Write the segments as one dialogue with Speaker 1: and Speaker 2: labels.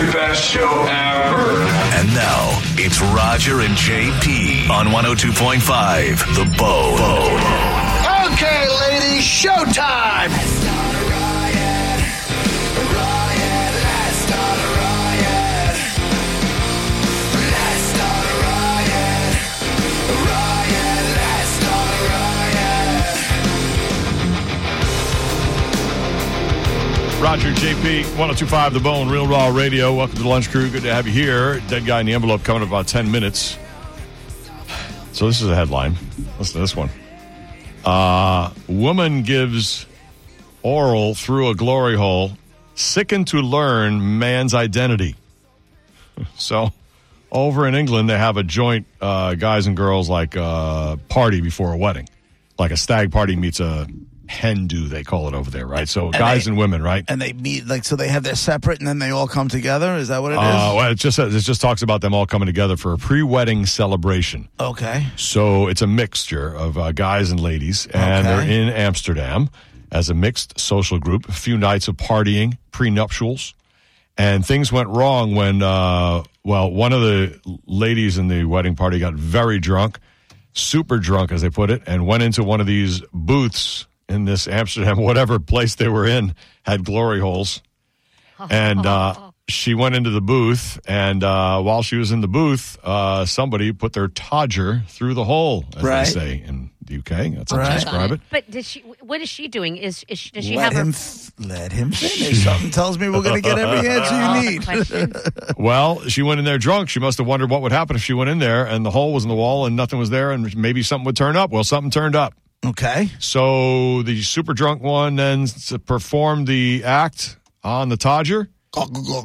Speaker 1: best show ever.
Speaker 2: And now it's Roger and JP on 102.5 The Bone.
Speaker 3: Okay, ladies, showtime!
Speaker 4: Roger JP 1025 The Bone Real Raw Radio. Welcome to the lunch crew. Good to have you here. Dead guy in the envelope coming up about 10 minutes. So this is a headline. Listen to this one. Uh woman gives oral through a glory hole, sickened to learn man's identity. So over in England they have a joint uh, guys and girls like uh party before a wedding. Like a stag party meets a hen do, they call it over there, right? So guys
Speaker 3: they-
Speaker 4: and women, right?
Speaker 3: And they meet, like, so they have their separate and then they all come together? Is that what it is?
Speaker 4: Uh, well, it just it just talks about them all coming together for a pre-wedding celebration.
Speaker 3: okay.
Speaker 4: So it's a mixture of uh, guys and ladies, and
Speaker 3: Okay.
Speaker 4: they're in Amsterdam as a mixed social group. A few nights of partying, prenuptials, and things went wrong when uh, well, one of the ladies in the wedding party got very drunk, super drunk as they put it, and went into one of these booths in this Amsterdam whatever place they were in had glory holes and uh, she went into the booth. And uh, while she was in the booth, uh, somebody put their todger through the hole, as
Speaker 3: Right.
Speaker 4: they say in the UK. That's how
Speaker 3: Right.
Speaker 4: they describe it.
Speaker 5: But does she? What is she doing? Is, is she, does she
Speaker 3: let
Speaker 5: have
Speaker 3: him,
Speaker 5: her
Speaker 3: f- let him finish. Something tells me we're going to get every answer you need.
Speaker 5: Oh, question?
Speaker 4: Well, she went in there drunk. She must have wondered what would happen if she went in there and the hole was in the wall and nothing was there, and maybe something would turn up. Well, something turned up.
Speaker 3: Okay.
Speaker 4: So the super drunk one then s- performed the act on the todger.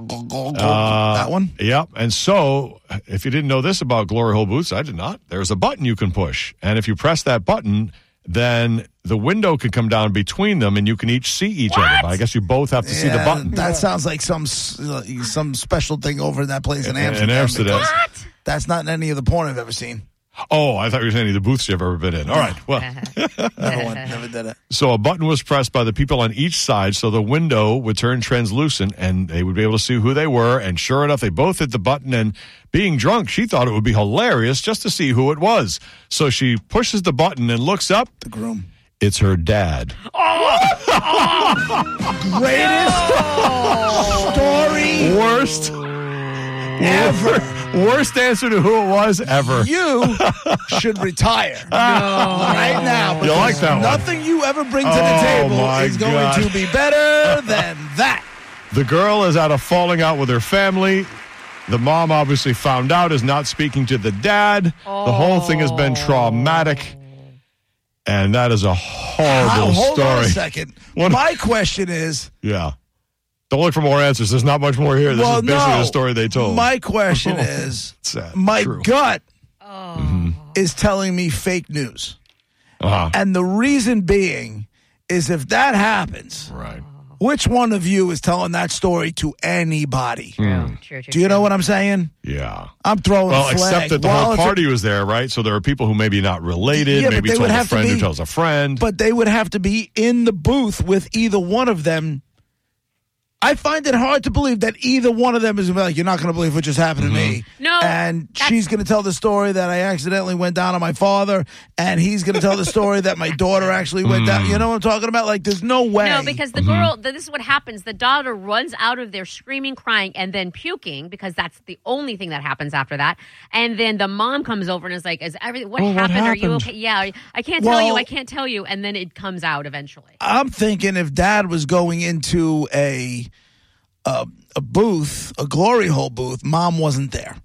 Speaker 4: Uh,
Speaker 3: that one?
Speaker 4: Yep. And so, if you didn't know this about glory hole booths, I did not. There's a button you can push, and if you press that button, then the window can come down between them, and you can each see each other. But I guess you both have to see the
Speaker 3: Yeah,
Speaker 4: button
Speaker 3: That sounds like some s- uh, some special thing over in that place in
Speaker 4: in
Speaker 3: Amsterdam.
Speaker 4: Amsterdam.
Speaker 3: because That's not in any of the porn I've ever seen.
Speaker 4: Oh, I thought you were saying the booths you've ever been in. All right. Well,
Speaker 3: Never, went, never did it.
Speaker 4: so a button was pressed by the people on each side, so the window would turn translucent, and they would be able to see who they were. And sure enough, they both hit the button. And being drunk, she thought it would be hilarious just to see who it was. So she pushes the button and looks up.
Speaker 3: The groom.
Speaker 4: It's her dad.
Speaker 3: Greatest story
Speaker 4: Worst. Ever. Worst answer to who it was ever.
Speaker 3: you should retire right now.
Speaker 4: You like
Speaker 3: because
Speaker 4: that one.
Speaker 3: Nothing you ever bring to
Speaker 4: Oh,
Speaker 3: the table
Speaker 4: my
Speaker 3: is going
Speaker 4: God.
Speaker 3: to be better than that.
Speaker 4: The girl is out of falling out with her family. The mom obviously found out, is not speaking to the dad. The whole thing has been traumatic. And that is a horrible
Speaker 3: Wow, hold
Speaker 4: story.
Speaker 3: on a second.
Speaker 4: What-
Speaker 3: My question is.
Speaker 4: Yeah. Don't look for more answers. There's not much more here. This
Speaker 3: well,
Speaker 4: is basically
Speaker 3: no.
Speaker 4: the story they told.
Speaker 3: My question is.
Speaker 4: Sad.
Speaker 3: My
Speaker 4: True.
Speaker 3: gut is telling me fake news,
Speaker 4: Uh-huh.
Speaker 3: and the reason being is if that happens,
Speaker 4: Right.
Speaker 3: which one of you is telling that story to anybody?
Speaker 5: Mm. True, true,
Speaker 3: Do you
Speaker 5: true.
Speaker 3: know what I'm saying?
Speaker 4: Yeah.
Speaker 3: I'm throwing
Speaker 4: Well,
Speaker 3: a flag.
Speaker 4: except that the
Speaker 3: Well,
Speaker 4: whole
Speaker 3: if it-
Speaker 4: party was there, right? So there are people who maybe not related.
Speaker 3: Yeah, but
Speaker 4: maybe
Speaker 3: they
Speaker 4: told a
Speaker 3: would have to
Speaker 4: friend who
Speaker 3: be-
Speaker 4: tells a friend.
Speaker 3: but they would have to be in the booth with either one of them. I find it hard to believe that either one of them is gonna be like, you're not going to believe what just happened to me.
Speaker 5: No,
Speaker 3: And
Speaker 5: that's-
Speaker 3: she's going to tell the story that I accidentally went down on my father, and he's going to tell the story that my daughter actually went down. You know what I'm talking about? Like, there's no way.
Speaker 5: No, because
Speaker 4: Mm-hmm.
Speaker 5: the girl. This is what happens. The daughter runs out of there screaming, crying, and then puking because that's the only thing that happens after that. And then the mom comes over and is like, "Is everything? What,
Speaker 4: Well, Oh, what
Speaker 5: happened? Are you
Speaker 4: happened?
Speaker 5: okay? Yeah, I can't tell you.
Speaker 3: Well-
Speaker 5: I can't tell you." And then it comes out eventually.
Speaker 3: I'm thinking if dad was going into a, a, a booth, a glory hole booth, mom wasn't there.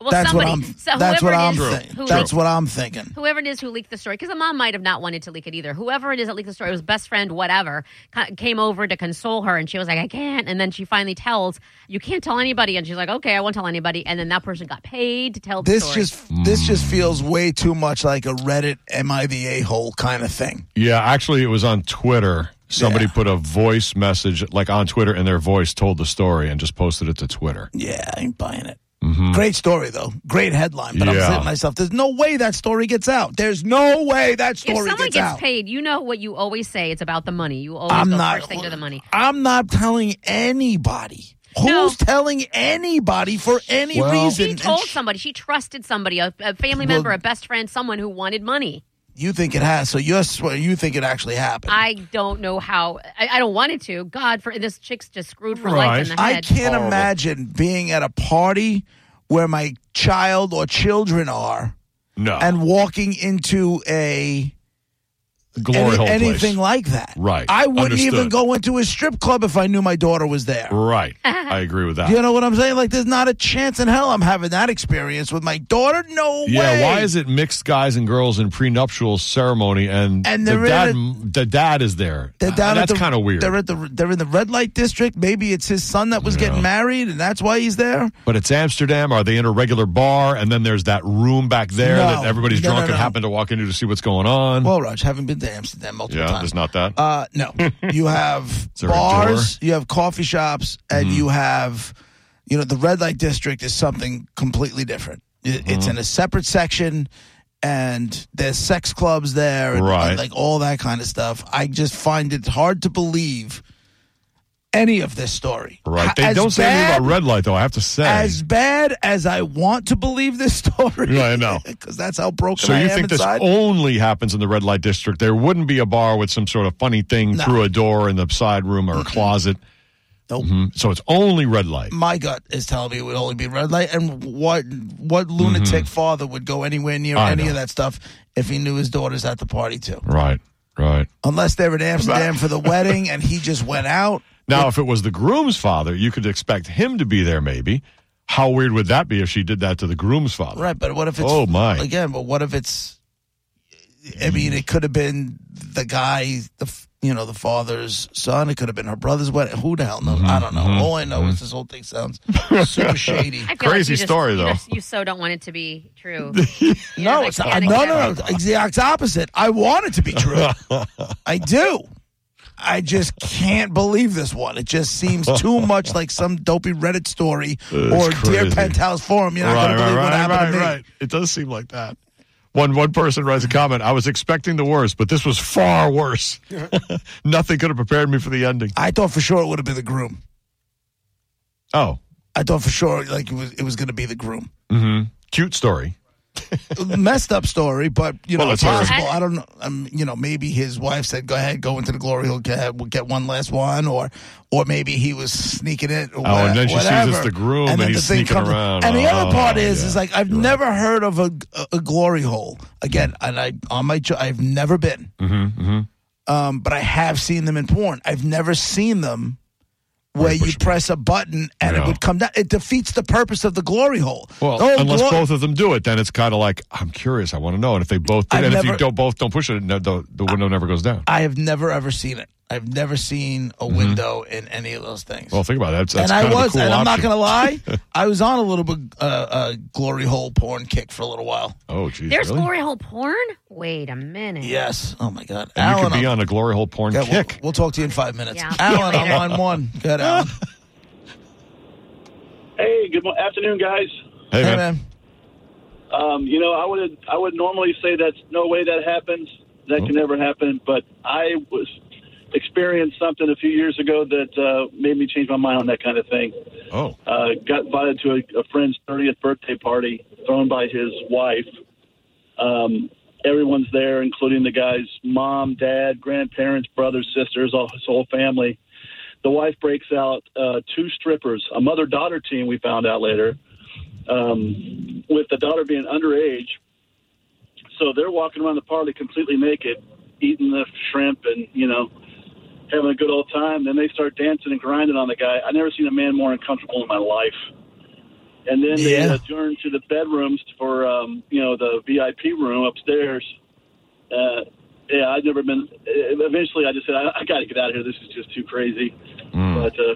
Speaker 5: Well,
Speaker 3: That's
Speaker 5: somebody.
Speaker 3: what I'm.
Speaker 5: so
Speaker 3: that's what
Speaker 5: whoever it
Speaker 3: I'm.
Speaker 5: is
Speaker 3: thinking.
Speaker 5: who-
Speaker 3: That's what I'm thinking.
Speaker 5: whoever it is who leaked the story, because the mom might have not wanted to leak it either. Whoever it is that leaked the story, it was best friend, whatever, ca- came over to console her, and she was like, "I can't." And then she finally tells, "You can't tell anybody," and she's like, "Okay, I won't tell anybody." And then that person got paid to tell the
Speaker 3: This
Speaker 5: story.
Speaker 3: just this just feels way too much like a Reddit "Am I the a hole" kind of thing.
Speaker 4: Yeah, actually, it was on Twitter. Somebody
Speaker 3: Yeah.
Speaker 4: put a voice message, like on Twitter, and their voice told the story and just posted it to Twitter.
Speaker 3: Yeah, I ain't buying it. Great story though, great headline. But I'm
Speaker 4: Mm-hmm. Yeah.
Speaker 3: saying to myself, there's no way that story gets out. There's no way that
Speaker 5: if
Speaker 3: story
Speaker 5: someone
Speaker 3: gets,
Speaker 5: gets,
Speaker 3: out.
Speaker 5: paid, you know what you always say. It's about the money. You always
Speaker 3: I'm
Speaker 5: go
Speaker 3: not.
Speaker 5: first thing to the money.
Speaker 3: I'm not telling anybody. Who's
Speaker 5: No.
Speaker 3: telling anybody for any
Speaker 4: Well-
Speaker 3: reason?
Speaker 5: She
Speaker 3: And
Speaker 5: told
Speaker 3: sh-
Speaker 5: somebody. She trusted somebody, a, a family member, a best friend, someone who wanted money.
Speaker 3: you think it has, so you're swear you think it actually happened.
Speaker 5: I don't know how. I, I don't want it to. God, for this chick's just screwed for life
Speaker 4: Right.
Speaker 5: in the
Speaker 3: I
Speaker 5: head.
Speaker 3: can't
Speaker 4: Horrible.
Speaker 3: imagine being at a party where my child or children are
Speaker 4: No.
Speaker 3: and walking into a
Speaker 4: glory
Speaker 3: any-
Speaker 4: hole place.
Speaker 3: anything like that.
Speaker 4: Right.
Speaker 3: I wouldn't even
Speaker 4: Understood.
Speaker 3: go into a strip club if I knew my daughter was there.
Speaker 4: Right. I agree with that.
Speaker 3: You know what I'm saying? Like, there's not a chance in hell I'm having that experience with my daughter. No
Speaker 4: Yeah,
Speaker 3: way.
Speaker 4: why is it mixed guys and girls in prenuptial ceremony and,
Speaker 3: And
Speaker 4: the
Speaker 3: they're in
Speaker 4: dad
Speaker 3: a-
Speaker 4: the dad is there?
Speaker 3: They're down at
Speaker 4: Uh, That's
Speaker 3: the-
Speaker 4: kind of weird.
Speaker 3: They're at the they're in the red light district. Maybe it's his son that was
Speaker 4: Yeah.
Speaker 3: getting married, and that's why he's there.
Speaker 4: But it's Amsterdam. Are they in a regular bar? And then there's that room back there
Speaker 3: No.
Speaker 4: that everybody's
Speaker 3: No,
Speaker 4: drunk
Speaker 3: no,
Speaker 4: and
Speaker 3: no.
Speaker 4: happen to walk into to see what's going on.
Speaker 3: Well, Raj, having been to Amsterdam multiple
Speaker 4: yeah,
Speaker 3: times,
Speaker 4: there's not that.
Speaker 3: Uh, no, you have
Speaker 4: there a Mm-hmm.
Speaker 3: bars, you have coffee shops, and you have, you know, the red light district is something completely different. I-
Speaker 4: Mm-hmm.
Speaker 3: It's in a separate section, and there's sex clubs there, and, and,
Speaker 4: Right.
Speaker 3: like all that kind of stuff. I just find it hard to believe any of this story.
Speaker 4: right.
Speaker 3: H-
Speaker 4: They
Speaker 3: as
Speaker 4: don't say anything
Speaker 3: bad-
Speaker 4: about red light, though, I have to say.
Speaker 3: As bad as I want to believe this story,
Speaker 4: Yeah, I know.
Speaker 3: because that's how broken
Speaker 4: so
Speaker 3: I
Speaker 4: you
Speaker 3: am
Speaker 4: think this
Speaker 3: inside.
Speaker 4: only happens in the red light district? There wouldn't be a bar with some sort of funny thing
Speaker 3: No.
Speaker 4: through a door in the side room or a closet.
Speaker 3: Nope.
Speaker 4: Mhm. So it's only red light.
Speaker 3: my gut is telling me it would only be red light. And what what lunatic father would go anywhere near
Speaker 4: Mm-hmm. I
Speaker 3: any
Speaker 4: know.
Speaker 3: of that stuff if he knew his daughter's at the party too?
Speaker 4: Right. Right.
Speaker 3: Unless they're in Amsterdam for the wedding and he just went out.
Speaker 4: Now, if it was the groom's father, you could expect him to be there, maybe. How weird would that be if she did that to the groom's father?
Speaker 3: Right, but what if it's
Speaker 4: Oh, my.
Speaker 3: again? But what if it's? I mean, it could have been the guy, the f- you know, the father's son. It could have been her brother's wedding. Who the hell knows?
Speaker 4: Mm-hmm.
Speaker 3: I don't know. All I know is this whole thing sounds super shady.
Speaker 5: I feel
Speaker 4: Crazy
Speaker 5: you just-
Speaker 4: story,
Speaker 5: you
Speaker 4: though.
Speaker 5: just- You, so don't want it to be true.
Speaker 3: No, it's not. No, no, no. Exact opposite. I want it to be true. I do. I just can't believe this one. It just seems too much like some dopey Reddit story or Dear
Speaker 4: crazy.
Speaker 3: Penthouse forum. You're not going to believe what happened to me.
Speaker 4: It does seem like that. One one person writes a comment. I was expecting the worst, but this was far worse. Nothing could have prepared me for the ending.
Speaker 3: I thought for sure it would have been the groom.
Speaker 4: Oh,
Speaker 3: I thought for sure like it was it was going to be the groom.
Speaker 4: cute story.
Speaker 3: Messed up story, but you know
Speaker 4: Well,
Speaker 3: it's
Speaker 4: it's her.
Speaker 3: possible. I don't know. Um, you know, maybe his wife said, "Go ahead, go into the glory hole, get, we'll get one last one," or or maybe he was sneaking it. Or
Speaker 4: Oh, and then she sees
Speaker 3: whatever.
Speaker 4: it's the groom and
Speaker 3: then
Speaker 4: he's
Speaker 3: thing
Speaker 4: sneaking
Speaker 3: comes-
Speaker 4: around.
Speaker 3: And the other part
Speaker 4: Oh,
Speaker 3: is, is
Speaker 4: yeah.
Speaker 3: like I've never heard of a, a, a glory hole again, and I on my jo- I've never been, mm-hmm, Um, but I have seen them in porn. I've never seen them. Where you
Speaker 4: push-
Speaker 3: press a button and
Speaker 4: Yeah.
Speaker 3: it would come down. It defeats the purpose of the glory hole.
Speaker 4: Well,
Speaker 3: The whole
Speaker 4: unless
Speaker 3: glo-
Speaker 4: both of them do it, then it's kind of like I'm curious. I want to know. And if they both, do,
Speaker 3: I've
Speaker 4: and if you
Speaker 3: never-
Speaker 4: don't both don't push it, no, the, the window never goes down.
Speaker 3: I have never ever seen it. I've never seen a window in any of those things.
Speaker 4: Mm-hmm. Well, think about that. That's, that's
Speaker 3: and I
Speaker 4: kind of a
Speaker 3: was,
Speaker 4: cool
Speaker 3: and I'm not
Speaker 4: option.
Speaker 3: gonna lie, I was on a little bit uh, uh, glory hole porn kick for a little while.
Speaker 4: Oh, geez,
Speaker 5: There's
Speaker 4: really?
Speaker 5: glory hole porn. Wait a minute.
Speaker 3: Yes. Oh my God,
Speaker 4: And you
Speaker 3: Alan.
Speaker 4: could be
Speaker 3: I'm-
Speaker 4: on a glory hole porn
Speaker 3: Yeah, we'll-
Speaker 4: kick.
Speaker 3: We'll, talk to you in five minutes.
Speaker 5: Yeah.
Speaker 3: Alan,
Speaker 5: Later.
Speaker 3: I'm on one. Good, Alan.
Speaker 6: Hey, good mo- afternoon, guys.
Speaker 4: Hey,
Speaker 3: hey,
Speaker 4: man.
Speaker 3: man.
Speaker 6: Um, you know, I would I would normally say that's no way that happens. That can never happen. But I was experienced something a few years ago that uh, made me change my mind on that kind of thing.
Speaker 4: Oh,
Speaker 6: Uh, got invited to a, a friend's 30th birthday party thrown by his wife. Um, everyone's there, including the guy's mom, dad, grandparents, brothers, sisters, all his whole family. The wife breaks out uh, two strippers, a mother daughter team, we found out later, um, with the daughter being underage. So they're walking around the party completely naked, eating the shrimp and, you know, having a good old time. Then they start dancing and grinding on the guy. I've never seen a man more uncomfortable in my life. And then they
Speaker 3: Yeah.
Speaker 6: adjourn to the bedrooms for, um, you know, the VIP room upstairs. Uh, yeah, I've never been. Eventually, I just said, I, I got to get out of here. This is just too crazy.
Speaker 4: hmm.
Speaker 6: But, uh,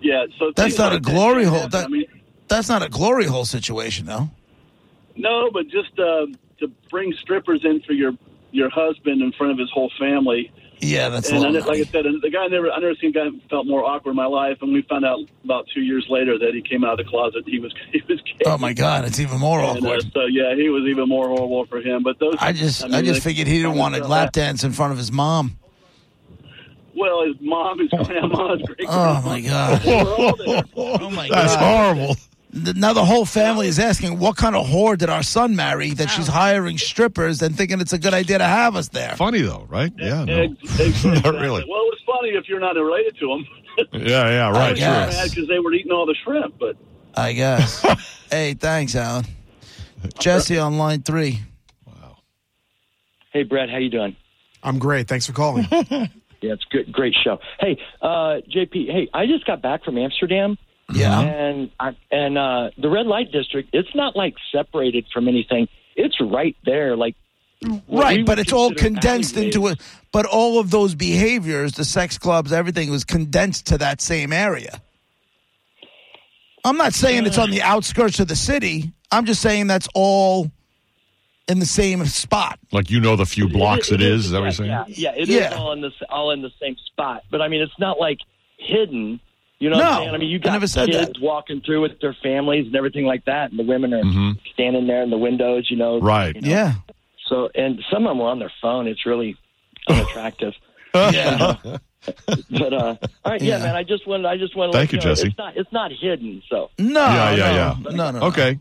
Speaker 6: yeah, so
Speaker 3: Hmm. That's
Speaker 6: things
Speaker 3: not
Speaker 6: like
Speaker 3: a
Speaker 6: that
Speaker 3: glory
Speaker 6: can
Speaker 3: hole.
Speaker 6: happen.
Speaker 3: That-
Speaker 6: I mean,
Speaker 3: That's not a glory hole situation, though.
Speaker 6: no, but just uh, to bring strippers in for your your husband in front of his whole family.
Speaker 3: Yeah, that's a
Speaker 6: And I,
Speaker 3: little
Speaker 6: ne- like I
Speaker 3: nutty.
Speaker 6: said, and the guy never I never seen a guy who felt more awkward in my life. And we found out about two years later that he came out of the closet. He was he was gay.
Speaker 3: Oh my God, it's even more
Speaker 6: and, uh,
Speaker 3: Oh, awkward.
Speaker 6: so yeah, he was even more horrible for him. But those
Speaker 3: I just, I,
Speaker 6: mean,
Speaker 3: just
Speaker 6: they-
Speaker 3: figured he didn't want to
Speaker 6: uh,
Speaker 3: lap dance in front of his mom.
Speaker 6: well, his mom, his grandma, his great
Speaker 3: Oh my god!
Speaker 4: oh
Speaker 3: my
Speaker 4: That's horrible.
Speaker 3: Now the whole family is asking, what kind of whore did our son marry that she's hiring strippers and thinking it's a good idea to have us there?
Speaker 4: Funny though, right? Yeah, no.
Speaker 6: Ex- ex-
Speaker 4: not
Speaker 6: exactly.
Speaker 4: really.
Speaker 6: Well, it was funny if you're not related to them.
Speaker 4: Yeah, yeah, right.
Speaker 3: guess.
Speaker 4: Sure.
Speaker 3: Oh, Yes.
Speaker 6: because they were eating all the shrimp. But
Speaker 3: I guess. hey, thanks, Alan. Jesse on line three.
Speaker 7: Hey, Brad, how you doing?
Speaker 8: I'm great. Thanks for calling.
Speaker 7: Yeah, it's good, great show. Hey, uh, JP. Hey, I just got back from Amsterdam,
Speaker 3: Yeah.
Speaker 7: and I, and uh, the red light district. It's not like separated from anything. It's right there. Like we
Speaker 3: Right,
Speaker 7: would
Speaker 3: but it's all
Speaker 7: consider
Speaker 3: condensed into a.
Speaker 7: alleyways.
Speaker 3: But all of those behaviors, the sex clubs, everything was condensed to that same area. I'm not saying it's on the outskirts of the city. I'm just saying that's all in the same spot.
Speaker 4: Like you know the few blocks it is. Is that what you're saying?
Speaker 7: Yeah, yeah, it is
Speaker 3: Yeah.
Speaker 7: all in this all in the same spot. But I mean, it's not like hidden. You know what
Speaker 3: No,
Speaker 7: I'm saying? I mean, you
Speaker 3: I
Speaker 7: got
Speaker 3: never said
Speaker 7: kids
Speaker 3: that.
Speaker 7: walking through with their families and everything like that, and the women are standing there in the windows. You know,
Speaker 4: Mm-hmm. Right.
Speaker 7: you know.
Speaker 3: Yeah.
Speaker 7: So, and some of them are on their phone. It's really unattractive.
Speaker 3: Yeah.
Speaker 7: But uh, all right, yeah,
Speaker 3: Yeah.
Speaker 7: man. I just wanted, I just wanted. to
Speaker 4: Thank
Speaker 7: let
Speaker 4: you,
Speaker 7: know,
Speaker 4: Jesse.
Speaker 7: It's not, it's not hidden. So
Speaker 3: No.
Speaker 4: Yeah, yeah,
Speaker 3: no,
Speaker 4: yeah.
Speaker 3: No, no. no.
Speaker 4: Okay.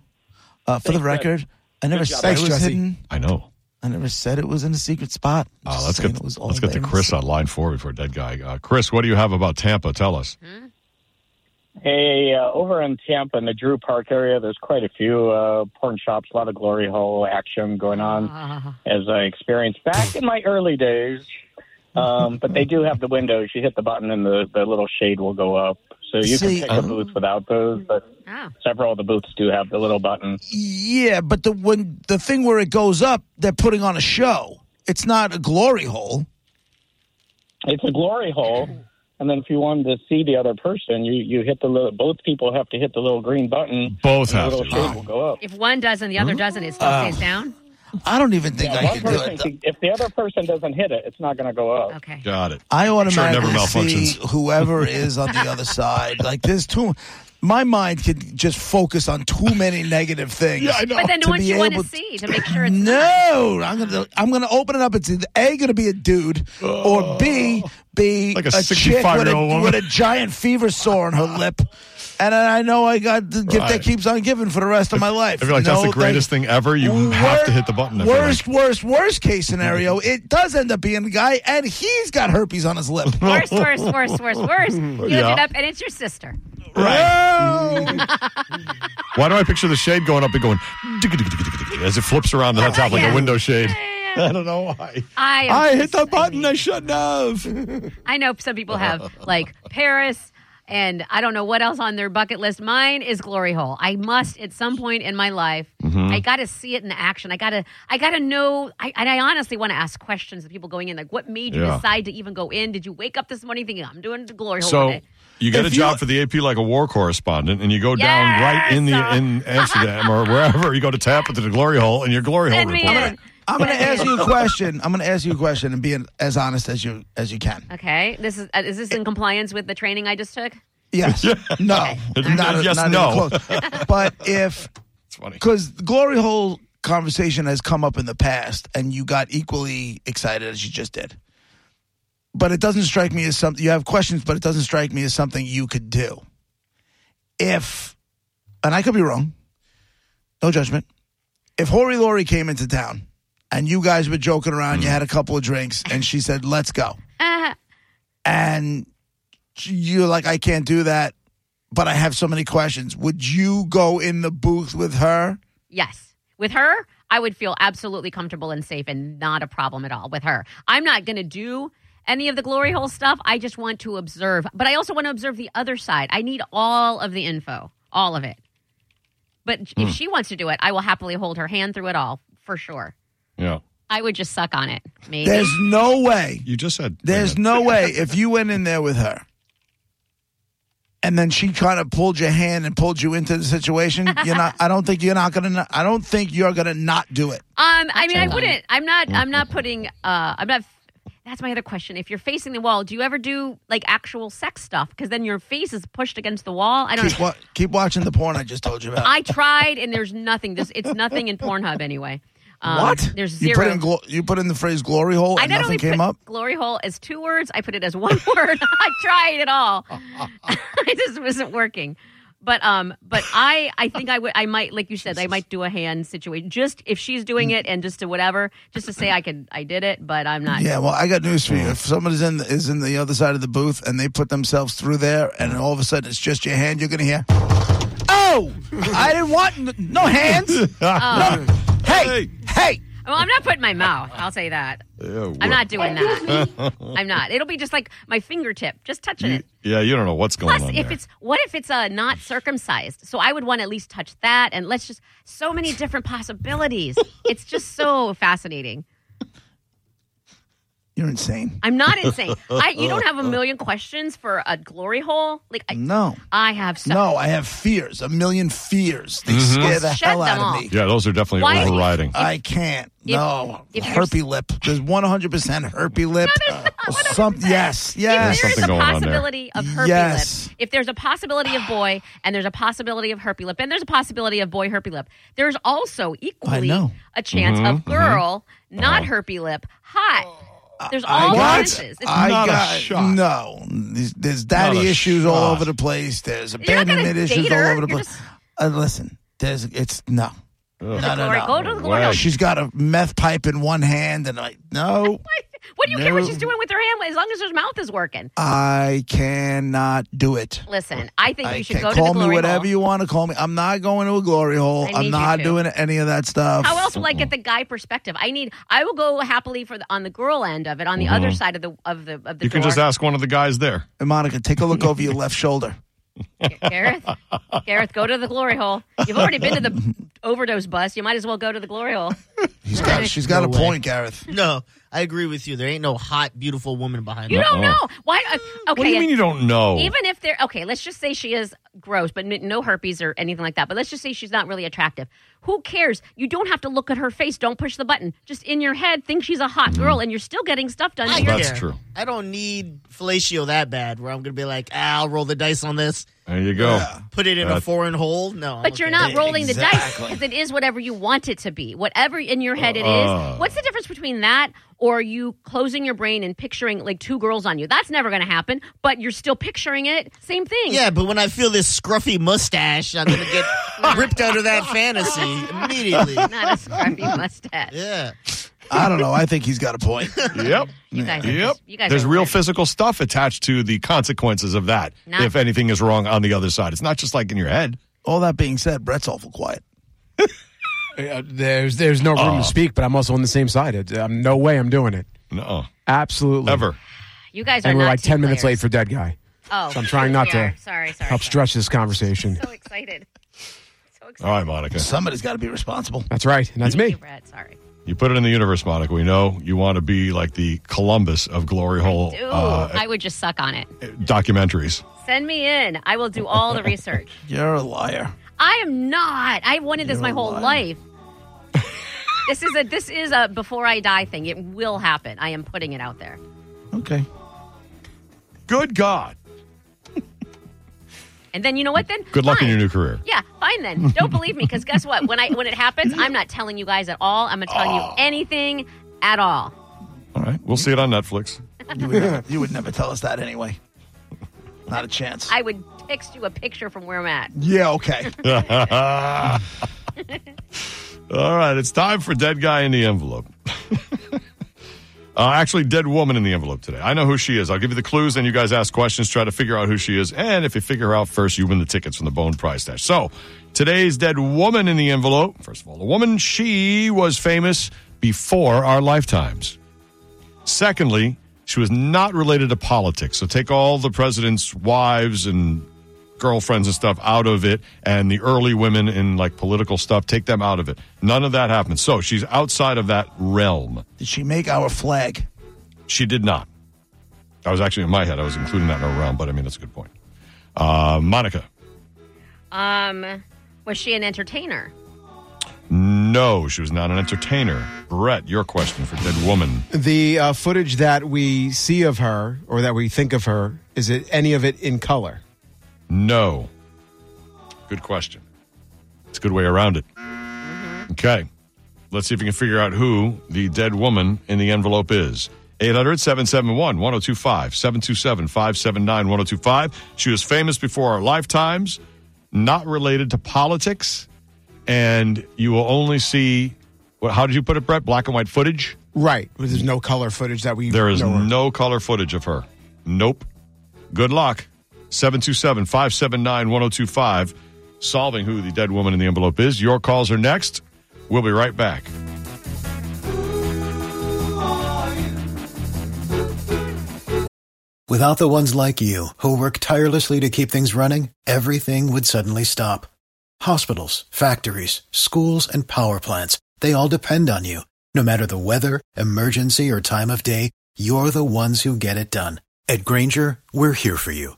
Speaker 3: Uh, for the
Speaker 7: Thanks, Brad.
Speaker 3: record, I never
Speaker 7: Good job.
Speaker 3: said it
Speaker 8: Thanks,
Speaker 3: was
Speaker 8: Jesse.
Speaker 3: hidden.
Speaker 4: I know.
Speaker 3: I never said it was in a secret spot. I'm
Speaker 4: Uh,
Speaker 3: just
Speaker 4: let's
Speaker 3: saying
Speaker 4: get
Speaker 3: it was all
Speaker 4: let's get
Speaker 3: there
Speaker 4: to
Speaker 3: in the
Speaker 4: Chris on line four before dead guy. Uh, Chris, what do you have about Tampa? Tell us.
Speaker 9: Hey, uh, over in Tampa in the Drew Park area, there's quite a few uh, porn shops, a lot of glory hole action going on,
Speaker 5: Ah.
Speaker 9: as I experienced back in my early days. Um, but they do have the windows. You hit the button, and the, the little shade will go up. So you
Speaker 3: See,
Speaker 9: can pick
Speaker 3: uh,
Speaker 9: a booth without those, but
Speaker 5: Oh.
Speaker 9: several of the booths do have the little button.
Speaker 3: Yeah, but the when the thing where it goes up, they're putting on a show. It's not a glory hole.
Speaker 9: It's a glory hole. And then if you wanted to see the other person, you, you hit the little, both people have to hit the little green button.
Speaker 4: Both
Speaker 9: and
Speaker 4: have
Speaker 9: the
Speaker 4: to.
Speaker 9: little shade will go up.
Speaker 5: If one doesn't, the other doesn't, it still
Speaker 3: Uh,
Speaker 5: stays down?
Speaker 3: I don't even think I
Speaker 9: One
Speaker 3: can do
Speaker 9: person,
Speaker 3: it.
Speaker 9: can- if the other person doesn't hit it, it's not going to go up.
Speaker 5: Okay.
Speaker 4: Got it.
Speaker 3: I automatically
Speaker 4: never
Speaker 3: see
Speaker 4: malfunctions.
Speaker 3: whoever is on the other side. Like there's too. My mind could just focus on too many negative things.
Speaker 4: Yeah, I know.
Speaker 5: But then
Speaker 3: To
Speaker 5: the ones
Speaker 3: be
Speaker 5: you want to
Speaker 3: able-
Speaker 5: see to make sure it's not.
Speaker 3: No, I'm gonna I'm gonna open it up. It's either a gonna be a dude or b be
Speaker 4: Oh. Like a
Speaker 3: chick with
Speaker 4: 65-year-old
Speaker 3: a,
Speaker 4: woman.
Speaker 3: with a giant fever sore on her lip, and I know I got the gift
Speaker 4: Right.
Speaker 3: that keeps on giving for the rest of my life.
Speaker 4: I feel like that's
Speaker 3: No,
Speaker 4: the greatest
Speaker 3: thank-
Speaker 4: thing ever. You
Speaker 3: Wor-
Speaker 4: have to hit the button. I feel
Speaker 3: Worst, worst, worst case scenario, it does end up being a guy, and he's got herpes on his lip.
Speaker 5: Worse, worse, worse, worse, worse. You
Speaker 4: Yeah.
Speaker 5: look it up, and it's your sister.
Speaker 4: Right. Why do I picture the shade going up and going digga-digga-digga-digga-digga as it flips around to
Speaker 3: Oh,
Speaker 4: the top like a
Speaker 5: Yeah.
Speaker 4: window shade? I don't know why.
Speaker 5: I, am
Speaker 4: I hit
Speaker 5: just-
Speaker 4: the button
Speaker 5: I,
Speaker 4: I
Speaker 5: mean,
Speaker 4: shouldn't have.
Speaker 5: I know some people have like Paris. And I don't know what else on their bucket list. Mine is glory hole. I must at some point in my life.
Speaker 4: Mm-hmm.
Speaker 5: I got to see it in action. I got to. I got to know. I, and I honestly want to ask questions of people going in. Like, what made you
Speaker 4: Yeah.
Speaker 5: decide to even go in? Did you wake up this morning thinking I'm doing the glory hole?
Speaker 4: So
Speaker 5: today?"
Speaker 4: you get a
Speaker 3: If you-
Speaker 4: job for the AP like a war correspondent, and you go down
Speaker 5: Yes! uh,
Speaker 4: right in the in Amsterdam or wherever you go to tap into the glory hole, and your glory hole
Speaker 5: Send me
Speaker 4: reporter.
Speaker 5: in.
Speaker 3: I'm going to
Speaker 5: Send me
Speaker 3: ask
Speaker 5: in.
Speaker 3: you a question. I'm going to ask you a question and be as honest as you as you can.
Speaker 5: Okay, this is uh, is this in compliance with the training I just took?
Speaker 3: Yes. No. Not,
Speaker 4: Yes,
Speaker 3: not
Speaker 4: no.
Speaker 3: Even close. But if
Speaker 4: It's funny.
Speaker 3: because the glory hole conversation has come up in the past, and you got equally excited as you just did. But it doesn't strike me as something you have questions, but it doesn't strike me as something you could do. If, and I could be wrong, no judgment. If Hori Lori came into town and you guys were joking around, you had a couple of drinks, and she said, "Let's go,"
Speaker 5: Uh,
Speaker 3: and you're like, I can't do that, but I have so many questions. Would you go in the booth with her?
Speaker 5: yes, with her, I would feel absolutely comfortable and safe, and not a problem at all with her. I'm not going to do any of the glory hole stuff. I just want to observe, but I also want to observe the other side. I need all of the info, all of it. But if she wants to do it, I will happily hold her hand through it all for sure.
Speaker 4: Yeah.
Speaker 5: I would just suck on it. Maybe.
Speaker 3: There's no way.
Speaker 4: You just said
Speaker 3: There's no way if you went in there with her and then she kind of pulled your hand and pulled you into the situation, you're not I don't think you're not going to I don't think you're going to not do it.
Speaker 5: Um, I mean, I wouldn't. I'm not. I'm not putting. Uh, I'm not. That's my other question. If you're facing the wall, do you ever do like actual sex stuff? Because then your face is pushed against the wall. I don't.
Speaker 3: Keep,
Speaker 5: know.
Speaker 3: wa- keep watching the porn I just told you about.
Speaker 5: I tried, and there's nothing. This it's nothing in Pornhub anyway. Um,
Speaker 3: what?
Speaker 5: There's
Speaker 3: you
Speaker 5: zero.
Speaker 3: put in glo- you put in the phrase glory hole
Speaker 5: I
Speaker 3: and
Speaker 5: not
Speaker 3: nothing
Speaker 5: only
Speaker 3: came
Speaker 5: put
Speaker 3: up.
Speaker 5: glory hole as two words, I put it as one word. I tried it all. it just wasn't working. But um, but I I think I would I might like you said I might do a hand situation just if she's doing it and just to whatever just to say I could I did it but I'm not
Speaker 3: Yeah, well, I got news for you. If someone is in the, is in the other side of the booth and they put themselves through there, and all of a sudden it's just your hand, you're gonna hear. Oh, I didn't want n- no hands.
Speaker 4: Oh.
Speaker 3: Hey, hey.
Speaker 5: Well, I'm not putting my mouth I'll say that I'm not doing that I'm not it'll be just like my fingertip just touching it
Speaker 4: Yeah, you don't know what's going
Speaker 5: Plus,
Speaker 4: on.
Speaker 5: if
Speaker 4: there.
Speaker 5: it's what if it's uh, not circumcised? So I would want to at least touch that, and let's just so many different possibilities. it's just so fascinating.
Speaker 3: You're insane.
Speaker 5: I'm not insane. I you don't have a million questions for a glory hole. Like I,
Speaker 3: No,
Speaker 5: I have so.
Speaker 3: no, I have fears, a million fears. They scare the
Speaker 5: Shut
Speaker 3: hell
Speaker 5: them
Speaker 3: out
Speaker 5: off.
Speaker 3: of me.
Speaker 4: yeah, those are definitely
Speaker 5: Why is he-
Speaker 4: overriding.
Speaker 3: I can't.
Speaker 5: If-
Speaker 3: no,
Speaker 5: if you're-
Speaker 3: herpy lip. There's 100 percent herpy lip. Some yes,
Speaker 5: If
Speaker 3: yes.
Speaker 5: there is
Speaker 4: something
Speaker 5: a
Speaker 4: going on there.
Speaker 5: possibility of herpy
Speaker 3: Yes.
Speaker 5: lip, if there's a possibility of boy, and there's a possibility of herpy lip, and there's a possibility of boy herpy lip, there's also equally
Speaker 3: know. Mm-hmm, Oh.
Speaker 5: a chance of girl not herpy lip hot. There's all
Speaker 3: got-
Speaker 5: chances. It's
Speaker 3: I
Speaker 4: Not a
Speaker 3: got
Speaker 4: shot.
Speaker 3: no. There's, there's daddy
Speaker 4: Not a
Speaker 3: issues all
Speaker 4: shot.
Speaker 3: over the place. There's
Speaker 5: not gonna
Speaker 3: abandonment issues
Speaker 5: date her.
Speaker 3: all over the
Speaker 5: You're
Speaker 3: place.
Speaker 5: just-
Speaker 3: Uh, listen, there's it's no. No, no,
Speaker 5: glory.
Speaker 3: no.
Speaker 5: Go to the glory
Speaker 4: Wow.
Speaker 5: hole.
Speaker 3: She's got a meth pipe in one hand, and I no,
Speaker 5: What do you care what
Speaker 3: No.
Speaker 5: she's doing with her hand as long as her mouth is working?
Speaker 3: I cannot do it.
Speaker 5: Listen, I think
Speaker 3: I
Speaker 5: you should
Speaker 3: can't-
Speaker 5: go to the
Speaker 3: call
Speaker 5: glory
Speaker 3: me whatever
Speaker 5: hole.
Speaker 3: you want to call me. I'm not going to a glory hole.
Speaker 5: I need
Speaker 3: I'm
Speaker 5: you
Speaker 3: not
Speaker 5: to.
Speaker 3: doing any of that stuff.
Speaker 5: How else will I get the guy perspective? I need. I will go happily for the, on the girl end of it, on the other side of the of the of the
Speaker 4: Mm-hmm. you
Speaker 5: door.
Speaker 4: can just ask one of the guys there.
Speaker 3: And Monica, take a look over your left shoulder.
Speaker 5: Gareth, Gareth, go to the glory hole. You've already been to the overdose bus. You might as well go to the glory hole.
Speaker 3: He's got, she's got
Speaker 10: No
Speaker 3: a
Speaker 10: way.
Speaker 3: point, Gareth.
Speaker 10: No, I agree with you. There ain't no hot, beautiful woman behind
Speaker 5: You
Speaker 10: her.
Speaker 5: don't
Speaker 4: Uh-uh.
Speaker 5: know why. uh, okay,
Speaker 4: What do you mean you don't know?
Speaker 5: even if they're okay let's just say she is gross but n- no herpes or anything like that but let's just say she's not really attractive who cares you don't have to look at her face don't push the button just in your head think she's a hot girl and you're still getting stuff done
Speaker 10: I
Speaker 5: to your
Speaker 4: That's
Speaker 10: care.
Speaker 4: true.
Speaker 10: I don't need fellatio that bad where I'm going to be like, ah, I'll roll the dice on this,
Speaker 4: there you go.
Speaker 10: put it in a
Speaker 4: That-
Speaker 10: foreign hole. No. I'm
Speaker 5: but you're
Speaker 10: okay.
Speaker 5: not rolling the dice
Speaker 3: Exactly.
Speaker 5: because it is whatever you want it to be whatever in your head it
Speaker 4: Uh.
Speaker 5: is what's the difference between that or you closing your brain and picturing like two girls on you that's never going to happen but you're still picturing it same thing
Speaker 10: Yeah, but when I feel this scruffy mustache, I'm going to get ripped out of that fantasy immediately.
Speaker 5: not a scruffy mustache
Speaker 10: Yeah.
Speaker 3: I don't know. I think he's got a point.
Speaker 4: Yep.
Speaker 5: you guys are
Speaker 4: Yep.
Speaker 5: just- you guys
Speaker 4: There's
Speaker 5: are
Speaker 4: real
Speaker 5: weird.
Speaker 4: physical stuff attached to the consequences of that.
Speaker 5: Not-
Speaker 4: if anything is wrong on the other side, it's not just like in your head.
Speaker 3: All that being said, Brett's awful quiet.
Speaker 8: Uh, there's there's no
Speaker 4: Uh,
Speaker 8: room to speak, but I'm also on the same side. It- um, no way I'm doing it.
Speaker 4: No,
Speaker 8: Absolutely.
Speaker 4: ever.
Speaker 5: you guys are
Speaker 8: And we're
Speaker 5: not
Speaker 8: like
Speaker 5: team
Speaker 8: 10 minutes
Speaker 5: players.
Speaker 8: late for Dead Guy.
Speaker 5: Oh,
Speaker 8: So I'm trying not
Speaker 5: yeah,
Speaker 8: to
Speaker 5: Sorry, sorry.
Speaker 8: Help
Speaker 5: sorry.
Speaker 8: stretch this conversation.
Speaker 5: So excited. So excited.
Speaker 4: All right, Monica.
Speaker 3: Somebody's got to be responsible.
Speaker 8: That's right. And that's
Speaker 5: Thank
Speaker 8: me.
Speaker 5: you, Brad. Sorry.
Speaker 4: You put it in the universe, Monica. We know you want to be like the Columbus of glory hole
Speaker 5: Dude,
Speaker 4: uh,
Speaker 5: I would just suck on it.
Speaker 4: documentaries.
Speaker 5: Send me in. I will do all the research.
Speaker 3: You're a liar.
Speaker 5: I am not. I wanted this my whole life. this is a this is a before I die thing. It will happen. I am putting it out there.
Speaker 3: Okay.
Speaker 4: Good God.
Speaker 5: And then you know what? Then
Speaker 4: Good luck in
Speaker 5: Fine.
Speaker 4: your new career.
Speaker 5: Yeah, fine then. Don't believe me because guess what? When I when it happens, I'm not telling you guys at all. I'm not telling
Speaker 8: Ah.
Speaker 5: you anything at all.
Speaker 4: All right. We'll see it on Netflix.
Speaker 3: You would, never, you would never tell us that anyway. Not a chance.
Speaker 5: I would text you a picture from where I'm at.
Speaker 3: yeah, okay.
Speaker 4: All right, it's time for Dead Guy in the Envelope. uh, actually, Dead Woman in the Envelope today. I know who she is. I'll give you the clues, then you guys ask questions, try to figure out who she is. And if you figure her out first, you win the tickets from the Bone Prize Dash. So, today's Dead Woman in the Envelope. First of all, the woman, she was famous before our lifetimes. Secondly, she was not related to politics. So, take all the president's wives and girlfriends and stuff out of it and the early women in like political stuff take them out of it none of that happened so she's outside of that realm
Speaker 3: Did she make our flag?
Speaker 4: she did not i was actually in my head i was including that in her realm but i mean that's a good point uh, monica
Speaker 5: Um, was she an entertainer?
Speaker 4: no she was not an entertainer brett your question for dead woman
Speaker 8: The uh, footage that we see of her or that we think of her, is it any of it in color?
Speaker 4: no good question it's a good way around it okay Let's see if we can figure out who the dead woman in the envelope is. 800 771 1025 727 579 1025. She was famous before our lifetimes, not related to politics, and you will only see, what, how did you put it, Brett? Black and white footage?
Speaker 8: Right. There's no color footage that we
Speaker 4: There is
Speaker 8: know her.
Speaker 4: no color footage of her. Nope. Good luck. 727 579 1025. Solving who the dead woman in the envelope is. Your calls are next. We'll be right back.
Speaker 11: Without the ones like you, who work tirelessly to keep things running, everything would suddenly stop. Hospitals, factories, schools, and power plants, they all depend on you. No matter the weather, emergency, or time of day, you're the ones who get it done. At Granger, we're here for you